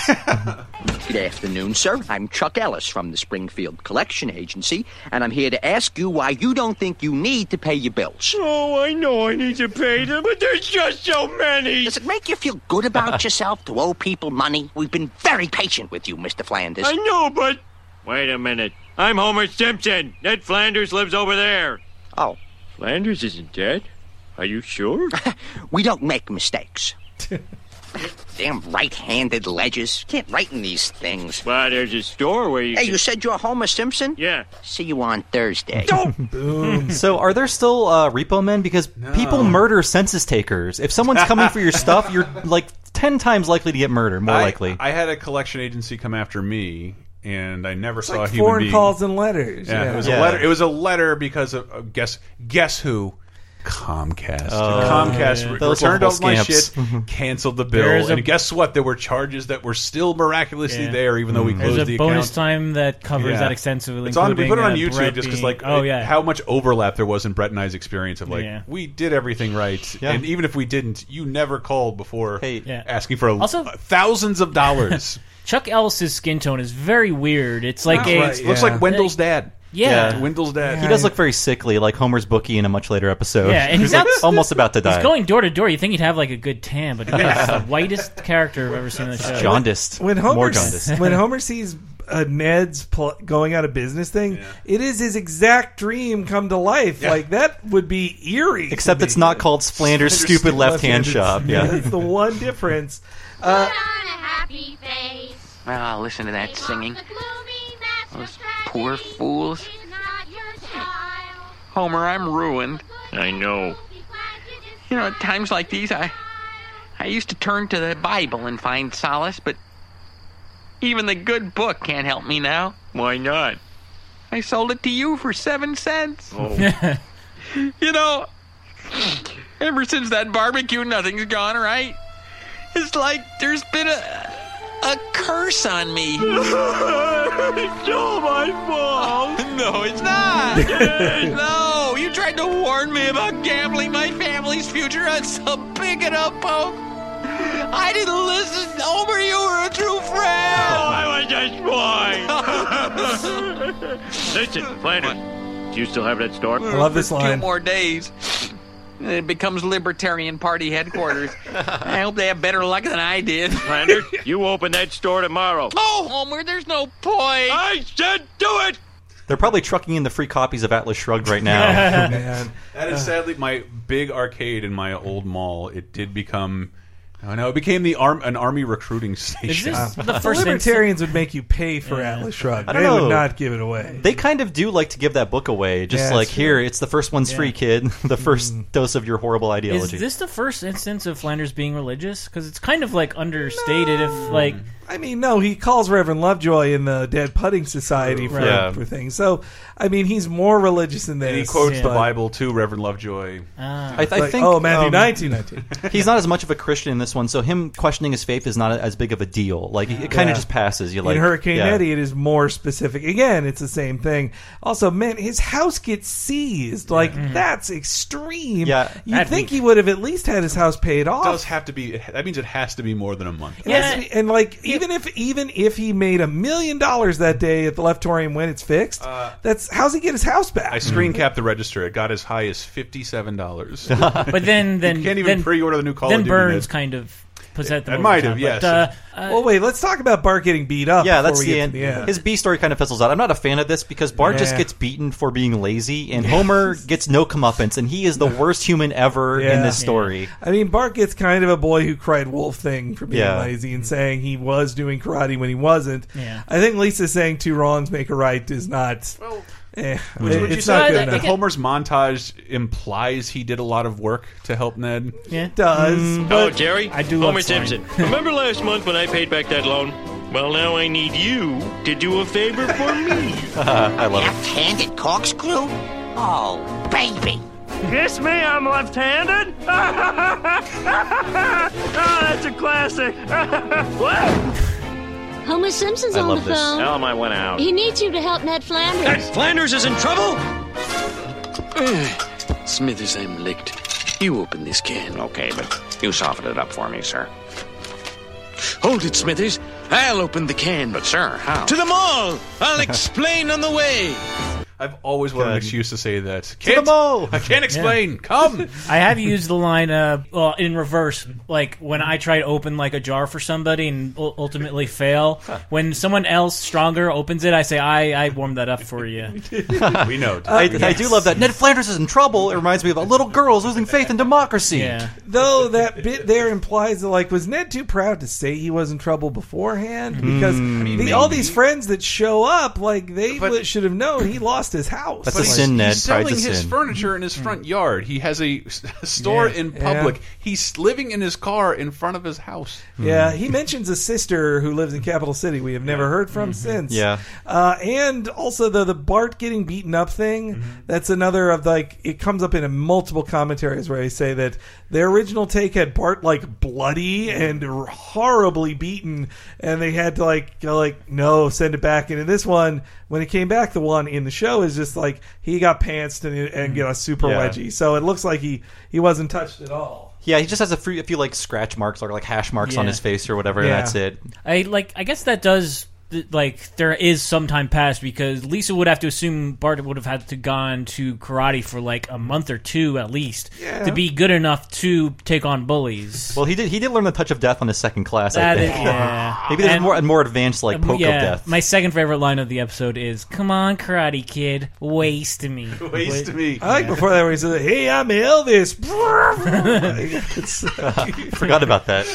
J: Good afternoon, sir. I'm Chuck Ellis from the Springfield Collection Agency, and I'm here to ask you why you don't think you need to pay your bills.
G: Oh, I know I need to pay them, but there's just so many.
J: Does it make you feel good about yourself to owe people money? We've been very patient with you, Mr. Flanders.
G: I know, but. Wait a minute. I'm Homer Simpson. Ned Flanders lives over there.
J: Oh,
G: Flanders isn't dead? Are you sure?
J: we don't make mistakes. Damn right-handed ledgers. Can't write in these things.
G: well, there's a store where you.
J: Hey,
G: can-
J: you said you're Homer Simpson?
G: Yeah.
J: See you on Thursday.
B: So, are there still uh, Repo Men? Because people murder census takers. If someone's coming for your stuff, you're like ten times likely to get murdered. More
A: I-
B: likely.
A: I had a collection agency come after me. and I never saw a
C: Like
A: human
C: foreign
A: being.
C: calls and letters.
A: Yeah,
C: Yeah.
A: it was
C: Yeah.
A: a letter. It was a letter because of, of guess guess who. Comcast.
B: Oh,
A: Comcast
B: yeah.
A: re-
B: Those
A: returned all
B: horrible
A: my
B: scamps. Mm-hmm.
A: shit, canceled the bill,
D: There's a-
A: and guess what? There were charges that were still miraculously
D: Yeah.
A: there, even though
B: Mm-hmm.
A: we closed
D: There's a
A: the
D: bonus
A: account.
D: time that covers
A: Yeah.
D: that extensively.
A: It's on, we put it
D: including,
A: on
D: uh,
A: YouTube
D: Brett
A: just because,
D: being-
A: like,
D: oh
A: it-
D: yeah,
A: how much overlap there was in Brett and I's experience of like,
D: Yeah.
A: we did everything right,
B: Yeah.
A: and even if we didn't, you never called before
D: Yeah.
A: asking for a,
D: Also-
A: thousands of dollars.
D: Chuck Ellis's skin tone is very weird. It's like a
A: Right, looks like Wendell's dad.
D: Yeah.
A: Wendell's dad.
B: He does look very sickly, like Homer's bookie in a much later episode.
D: Yeah, and
B: he's like
D: that's-
B: almost about to die.
D: He's going door to door. You think he'd have like a good tan, but he's the whitest character I've ever seen on the show.
B: jaundiced.
C: when Homer
B: More jaundiced.
C: when Homer sees uh, Ned's pl- going out of business thing, it is his exact dream come to life. Like that would be eerie. to
B: Except it's
C: me.
B: not called Splander's stupid left hand shop. Yeah.
C: that's the one difference. Uh,
E: On a happy face.
K: Ah, listen to that singing.
E: The gloomy mask
K: Those
E: of tragedy
K: poor fools.
E: is not your style.
K: Homer, I'm ruined.
G: I know.
E: Be glad you didn't
K: You know, at times like these, I I used to turn to the Bible and find solace, but even the good book can't help me now.
G: Why not?
K: I sold it to you for seven cents.
G: Oh,
K: You know, ever since that barbecue, nothing's gone right. It's like there's been a a curse on me.
G: it's all my fault.
K: No, it's not. no, you tried to warn me about gambling my family's future on some bigot poke. I didn't listen. Homer, you were a true friend.
G: I was just blind. Listen, Flanders, do you still have that store?
C: I love this
K: For Two
C: line.
K: more days. And It becomes Libertarian Party headquarters. I hope they have better luck than I did.
G: Flanders, you open that store tomorrow.
K: Oh, Homer, there's no point.
G: I said do it!
B: They're probably trucking in the free copies of Atlas Shrugged right now.
C: Man.
A: That is sadly my big arcade in my old mall. It did become. I know it became the arm an army recruiting
D: Is
A: station.
D: this the
C: The
D: first instance?
C: libertarians would make you pay for Atlas Shrugged.
B: I don't
C: They would
B: know.
C: not give it away.
B: They kind of do like to give that book away. Just
C: Yeah,
B: like,
C: it's Mm.
B: here, it's the first one's free, kid. The first dose of your horrible
D: Is
B: ideology.
D: this the first instance of Flanders being religious? Because it's kind of like understated. If like
C: I mean, no, he calls Reverend Lovejoy in the Dead Putting Society for,
B: Yeah.
C: for things. So, I mean, he's more religious than this.
A: and he quotes the
C: but-
A: Bible too, Reverend Lovejoy.
B: I, I
C: Like,
B: think.
C: oh, Matthew
B: um,
C: 19, 19.
B: He's not as much of a Christian in this one, so him questioning his faith is not as big of a deal. Like, it kind
C: Yeah.
B: of just passes. You like
C: in Hurricane
B: yeah.
C: Eddie, it is more specific. Again, it's the same thing. Also, man, his house gets seized. Like that's extreme.
B: Yeah.
C: you
D: That'd
C: think
D: be-
C: he would have at least had his house paid
A: It does
C: off.
A: have to be. That means it has to be more than a month.
C: It has to
D: Yeah.
C: be- and like even if even if he made a million dollars that day at the Leftorium when it's fixed, that's how's he get his house back? Mm-hmm.
A: I screen capped the register. It got as high as fifty-seven dollars.
D: but then then
A: Can't even
D: then,
A: pre-order the new Call
D: then
A: of Duty.
D: Burns
A: man.
D: kind of puts that. the
A: It
D: over
A: might
D: top,
A: have, yes.
D: But, uh, uh,
C: well, wait, let's talk about Bart getting beat up.
B: Yeah,
C: before
B: that's
C: we
B: the
C: get
B: end.
C: to the end.
B: His B story kind of fizzles out. I'm not a fan of this because Bart just
C: Yeah.
B: gets beaten for being lazy, and Homer gets no comeuppance, and he is the worst human ever in
C: Yeah.
B: this story.
C: I mean, Bart gets kind of a boy who cried wolf thing for being
B: Yeah.
C: lazy and saying he was doing karate when he wasn't.
D: Yeah.
C: I think Lisa saying two wrongs make a right is not. eh, it-
A: Would you
C: it's not
A: say
C: good
A: that
C: enough.
A: Homer's montage implies he did a lot of work to help Ned?
D: yeah.
C: It does.
G: Oh,
C: Mm. but
G: Jerry, I
D: do love
G: Homer
D: slime.
G: Simpson. Remember last month when I paid back that loan? Well, now I need you to do a favor for me.
B: I love it.
K: Left-handed corkscrew? Oh, baby.
G: Kiss me, I'm left-handed. oh, that's a classic. what?
E: Homer Simpson's
B: I
E: on
B: love
E: the
B: this.
E: phone.
G: Elm, I went out.
E: He needs you to help Ned Flanders.
G: Flanders is in trouble.
K: Smithers, I'm licked. You open this can.
H: Okay, but you softened it up for me, sir.
K: Hold it, Smithers. I'll open the can. But
H: Sir, how?
K: to the mall. I'll explain on the way.
A: I've always wanted an
B: God.
A: excuse to say that.
B: the
A: Can't,
B: mall!
A: I can't explain. Come.
D: I have used the line uh, well, in reverse, like when I try to open like a jar for somebody and u- ultimately fail. When someone else stronger opens it, I say, "I I warmed that up for you."
A: we know.
C: Uh,
B: I, I do love that. Ned Flanders is in trouble. It reminds me of little girls losing faith in democracy.
D: Yeah,
C: though that bit there implies that, like, was Ned too proud to say he was in trouble
B: Hmm.
C: beforehand? Because the, all these friends that show up, like, they
A: But-
C: li- should have known he lost lost his house.
A: But he's- He's selling his furniture in his front yard. He has a s- store
C: Yeah.
A: in
C: Yeah.
A: public. He's living in his car in front of his house. Hmm.
C: Yeah, he mentions a sister who lives in Capital City we have never heard from since.
A: Yeah.
C: Uh, and also the the Bart getting beaten up thing. That's another of like it comes up in a multiple commentaries where I say that their original take had Bart like bloody and r- horribly beaten, and they had to like go like no send it back. And in this one, when it came back, the one in the show is just like he got pantsed and, and got a super
B: Yeah.
C: wedgie. So it looks like he he wasn't touched at all.
B: Yeah, he just has a few, a few like scratch marks or like hash marks on
D: Yeah.
B: his face or whatever.
D: Yeah.
B: And that's it.
D: I like. I guess that does th- like there is some time passed because Lisa would have to assume Bart would have had to gone to karate for like a month or two at least to be good enough to take on bullies.
B: Well, he did. He did learn the touch of death on his second class.
D: That
B: I think.
D: is- yeah.
B: Maybe there's
D: And- Um,
B: more a more advanced like poke
D: yeah,
B: of death.
D: my second favorite line of the episode is "Come on, Karate Kid, waste me,
A: waste me."
C: I like before that where he says, "Hey, I'm Elvis." It's-
B: Forgot about that.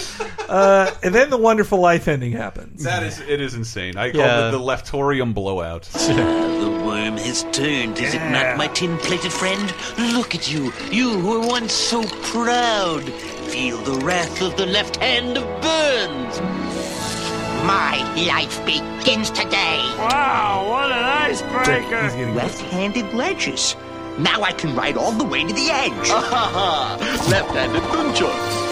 C: Uh, and then the wonderful life ending happens.
A: That is, it is insane. I
C: Yeah.
A: call it the leftorium blowout.
K: The worm has turned, is it not, my tin plated friend? Look at you, you who were once so proud. Feel the wrath of the left hand of Burns.
F: My life begins today.
K: Wow, what an icebreaker!
F: Left-handed ledges. Now I can ride all the way to the edge.
J: Left-handed boomjoint.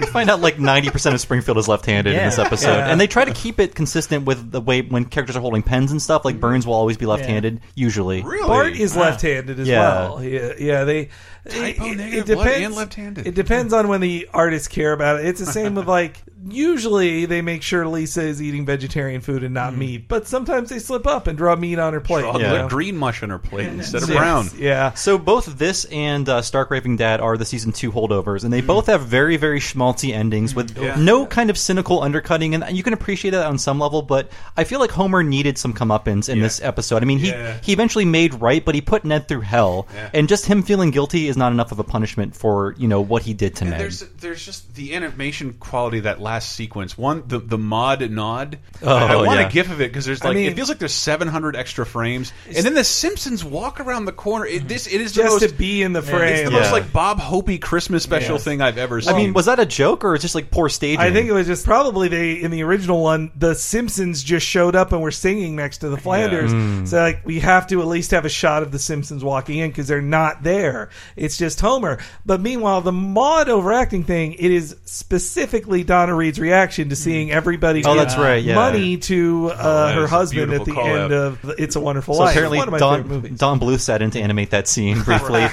B: We find out like 90% of Springfield is left-handed in this
D: Yeah.
B: episode.
D: Yeah.
B: And they try to keep it consistent with the way when characters are holding pens and stuff.
D: Mm-hmm.
B: Like Burns will always be left-handed, usually.
C: Bart is left-handed as
B: Yeah.
C: well. Yeah, yeah, they.
A: Typo
C: it-
A: negative
C: it
A: blood
C: depends.
A: and left-handed.
C: It depends on when the artists care about it. It's the same with like usually they make sure Lisa is eating vegetarian food and
A: Hmm.
C: not meat, but sometimes they slip up and draw meat on her plate.
A: Oh,
C: you
A: look,
C: know?
A: green mush on her plate instead of
C: Yes.
A: brown.
C: Yeah.
B: So both this and uh, Stark Raving Dad are the season two holdovers, and they both have very, very schmaltzy endings with
A: Mm-hmm. Yeah.
B: no kind of cynical undercutting, and you can appreciate that on some level. But I feel like Homer needed some comeuppance in this episode. I mean, he
A: Yeah.
B: he eventually made right, but he put Ned through hell,
A: Yeah.
B: and just him feeling guilty is not enough of a punishment for you know what he did to Ned.
A: There's there's just the animation quality of that last sequence. One the the mod nod.
B: Oh,
A: I, I want
B: yeah.
A: a gif of it because there's
C: I
A: like
C: mean-
A: it feels like there's 700 extra frames, and then the Simpsons walk around the corner. It, this it is the
C: Just
A: most,
C: to be in the frame.
A: It's the
B: Yeah.
A: most like Bob Hope Christmas special
C: Yes.
A: thing I've ever seen.
B: I mean, was that a joke or is just like poor staging?
C: I think it was just probably they in the original one. The Simpsons just showed up and were singing next to the Flanders,
B: Mm.
C: so like we have to at least have a shot of the Simpsons walking in because they're not there. It's just Homer. But meanwhile, the Maud overacting thing it is specifically Donna Reed's reaction to seeing everybody.
B: Oh,
C: give
B: that's right, yeah. Oh,
C: money to uh,
B: that
C: her
B: is a
C: husband at
B: beautiful
C: the
B: call
C: end
B: out.
C: of It's a Wonderful
B: So
C: Life.
B: apparently,
C: One of my favorite movies.
B: Don, Don Bluth sat in to animate that scene briefly.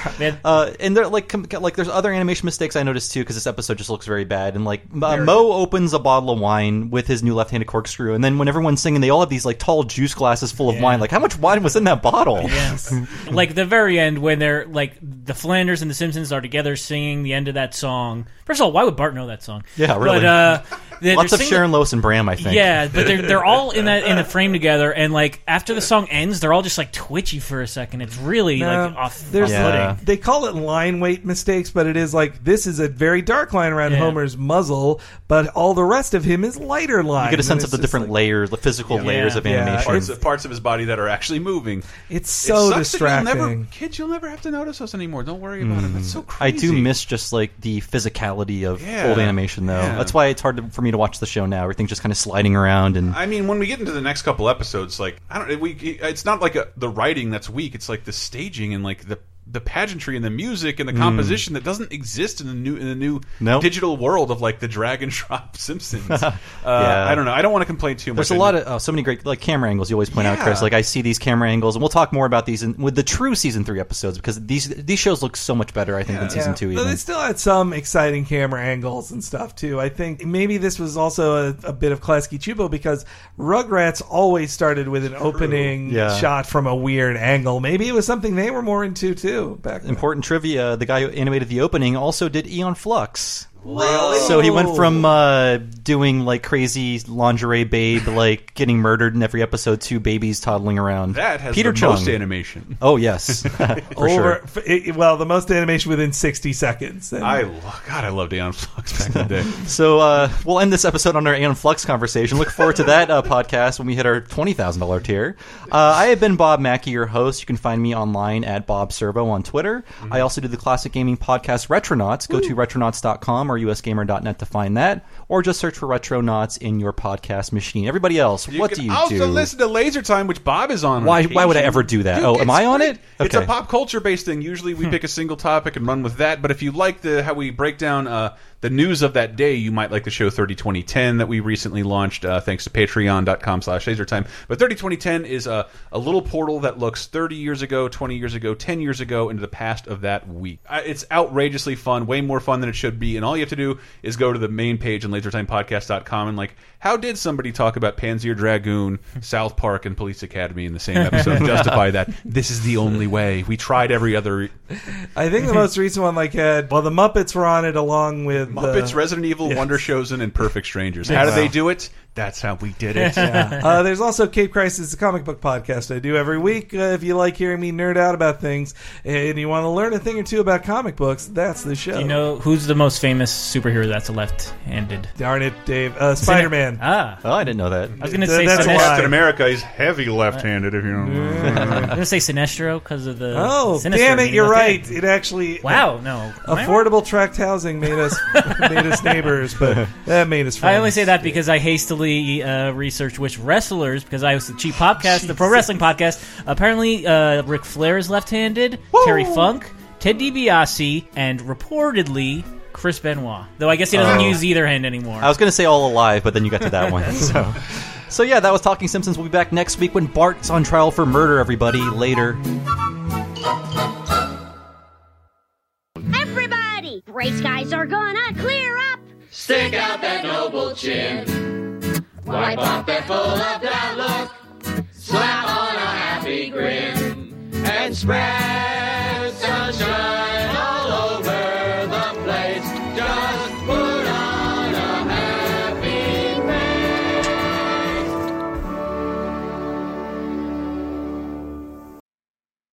B: uh, and there, like, com- like, there's other animation mistakes I noticed too because this episode just looks very bad. And like, uh,
A: Very.
B: Mo opens a bottle of wine with his new left-handed corkscrew, and then when everyone's singing, they all have these like tall juice glasses full of wine. Like, how much wine was in that bottle?
D: Yes. like the very end when they're like the Flanders and the Simpsons are together singing the end of that song. First of all, why would Bart know that song?
B: Yeah, really.
D: But, uh, they-
B: Lots
D: they're
B: of
D: singing-
B: Sharon Lois and Bram, I think.
D: Yeah, but they're they're all in that in a frame together, and like after the song ends, they're all just like twitchy for a second. It's really like
C: No,
D: off.
C: there's
D: off-putting.
C: like- they call it line weight mistakes, but it is like this is a very dark line around
D: Yeah.
C: Homer's muzzle, but all the rest of him is lighter lines.
B: You get a sense
C: And
B: of the
C: it's just
B: different layers, the physical
A: Yeah.
B: layers of
A: Yeah,
B: animation.
A: Parts of, parts of his body that are actually moving.
C: It's
B: so
A: it sucks that You'll never,
B: distracting.
A: kids, you'll never have to notice us anymore. Don't worry about it. That's so
B: Mm. I
A: crazy.
B: do miss just like the physicality of
A: Yeah.
B: old animation, though.
A: Yeah.
B: That's why it's hard to, for me to watch the show now. Everything's just kind of sliding around, and
A: I mean, when we get into the next couple episodes, like I don't, we, it's not like a, the writing that's weak. It's like the staging and like the the pageantry and the music and the
B: Mm.
A: composition that doesn't exist in the new in the new
B: Nope.
A: digital world of like the drag and drop Simpsons. uh,
B: Yeah.
A: I don't know. I don't want to complain too much.
B: there's a lot of oh, so many great like camera angles. You always point out, Chris.
A: Yeah.
B: Like I see these camera angles, and we'll talk more about these in, with the true season three episodes because these these shows look so much better, I think, than season
C: Yeah.
B: two.
C: But
B: Even
C: they still had some exciting camera angles and stuff too. I think maybe this was also a, a bit of Klasky Chubo because Rugrats always started with an opening
B: Yeah.
C: shot from a weird angle. Maybe it was something they were more into too back then.
B: important trivia: the guy who animated the opening also did Eon Flux. So he went from uh, doing like crazy lingerie babe, like getting murdered in every episode, to babies toddling around.
A: That has
B: Peter
A: the most
B: Chung.
A: animation.
B: Oh yes, for
C: Over,
B: sure.
C: f- it- well, the most animation within 60 seconds. And
A: I lo- Oh, God, I loved Aeon Flux back in the day.
B: So uh, we'll end this episode on our Aeon Flux conversation. Look forward to that uh, podcast when we hit our twenty thousand dollar tier. Uh, I have been Bob Mackey, your host. You can find me online at Bob Servo on Twitter.
A: Mm-hmm.
B: I also do the classic gaming podcast Retronauts. Go to retronauts.com or usgamer.net to find that, or just search for Retronauts in your podcast machine. Everybody else, what
A: can
B: do you
A: also
B: do?
A: listen to Laser Time, which Bob is on. on
B: Why- why would I
A: occasion.
B: ever do that?
A: Dude,
B: Oh, am
A: it's
B: I on
A: great.
B: it?
A: It's a
B: Okay.
A: pop culture based thing. Usually, we pick a single topic and run with that. But if you like the how we break down uh, the news of that day, you might like the show 30 2010 that we recently launched. Uh, thanks to patreon.com slash lasertime. But 30 2010 is a, a little portal that looks 30 years ago, 20 years ago, 10 years ago into the past of that week. I, it's outrageously fun, way more fun than it should be. And all you have to do is go to the main page on lasertimepodcast.com and like, how did somebody talk about Panzer Dragoon, South Park, and Police Academy in the same episode? and justify that this is the only way. We tried every other
C: I think the most recent one, like, had, well, the Muppets were on it along with
A: Muppets,
C: uh,
A: Resident Evil, Wonder Chosen, and Perfect Strangers. How do
C: Wow.
A: they do it? That's how we did it.
C: uh, there's also Cape Crisis, the comic book podcast I do every week. Uh, if you like hearing me nerd out about things and you want to learn a thing or two about comic books, that's the show.
D: You know who's the most famous superhero that's left-handed?
C: Darn it, Dave. Uh, Spider Man.
D: Ah,
B: Oh, I didn't know that.
D: I was gonna
C: Th-
D: say Mm.
C: that's
D: Sinestro.
C: why.
D: I
C: Captain
A: America is heavy left-handed. If you
D: was gonna say Sinestro because of the.
C: Oh,
D: Sinister
C: damn it,
D: being
C: you're right.
D: left-handed.
C: It actually. uh,
D: Wow, no. Am I
C: Affordable tract housing made us made us neighbors, but uh, that made us friends.
D: I only say that because I hastily uh, researched which wrestlers, because I was the cheap podcast, the pro wrestling podcast. Apparently, uh, Ric Flair is left-handed, Terry Funk, Ted DiBiase, and reportedly Chris Benoit. Though I guess he doesn't
B: Oh.
D: use either hand anymore.
B: I was going to say all alive, but then you got to that one. So, so yeah, that was Talking Simpsons. We'll be back next week when Bart's on trial for murder. Everybody, later.
E: Everybody, race guys are gonna clear up.
K: Stick out that noble chin.
E: Wipe
K: off that full of that look. Slap on a happy grin. And spread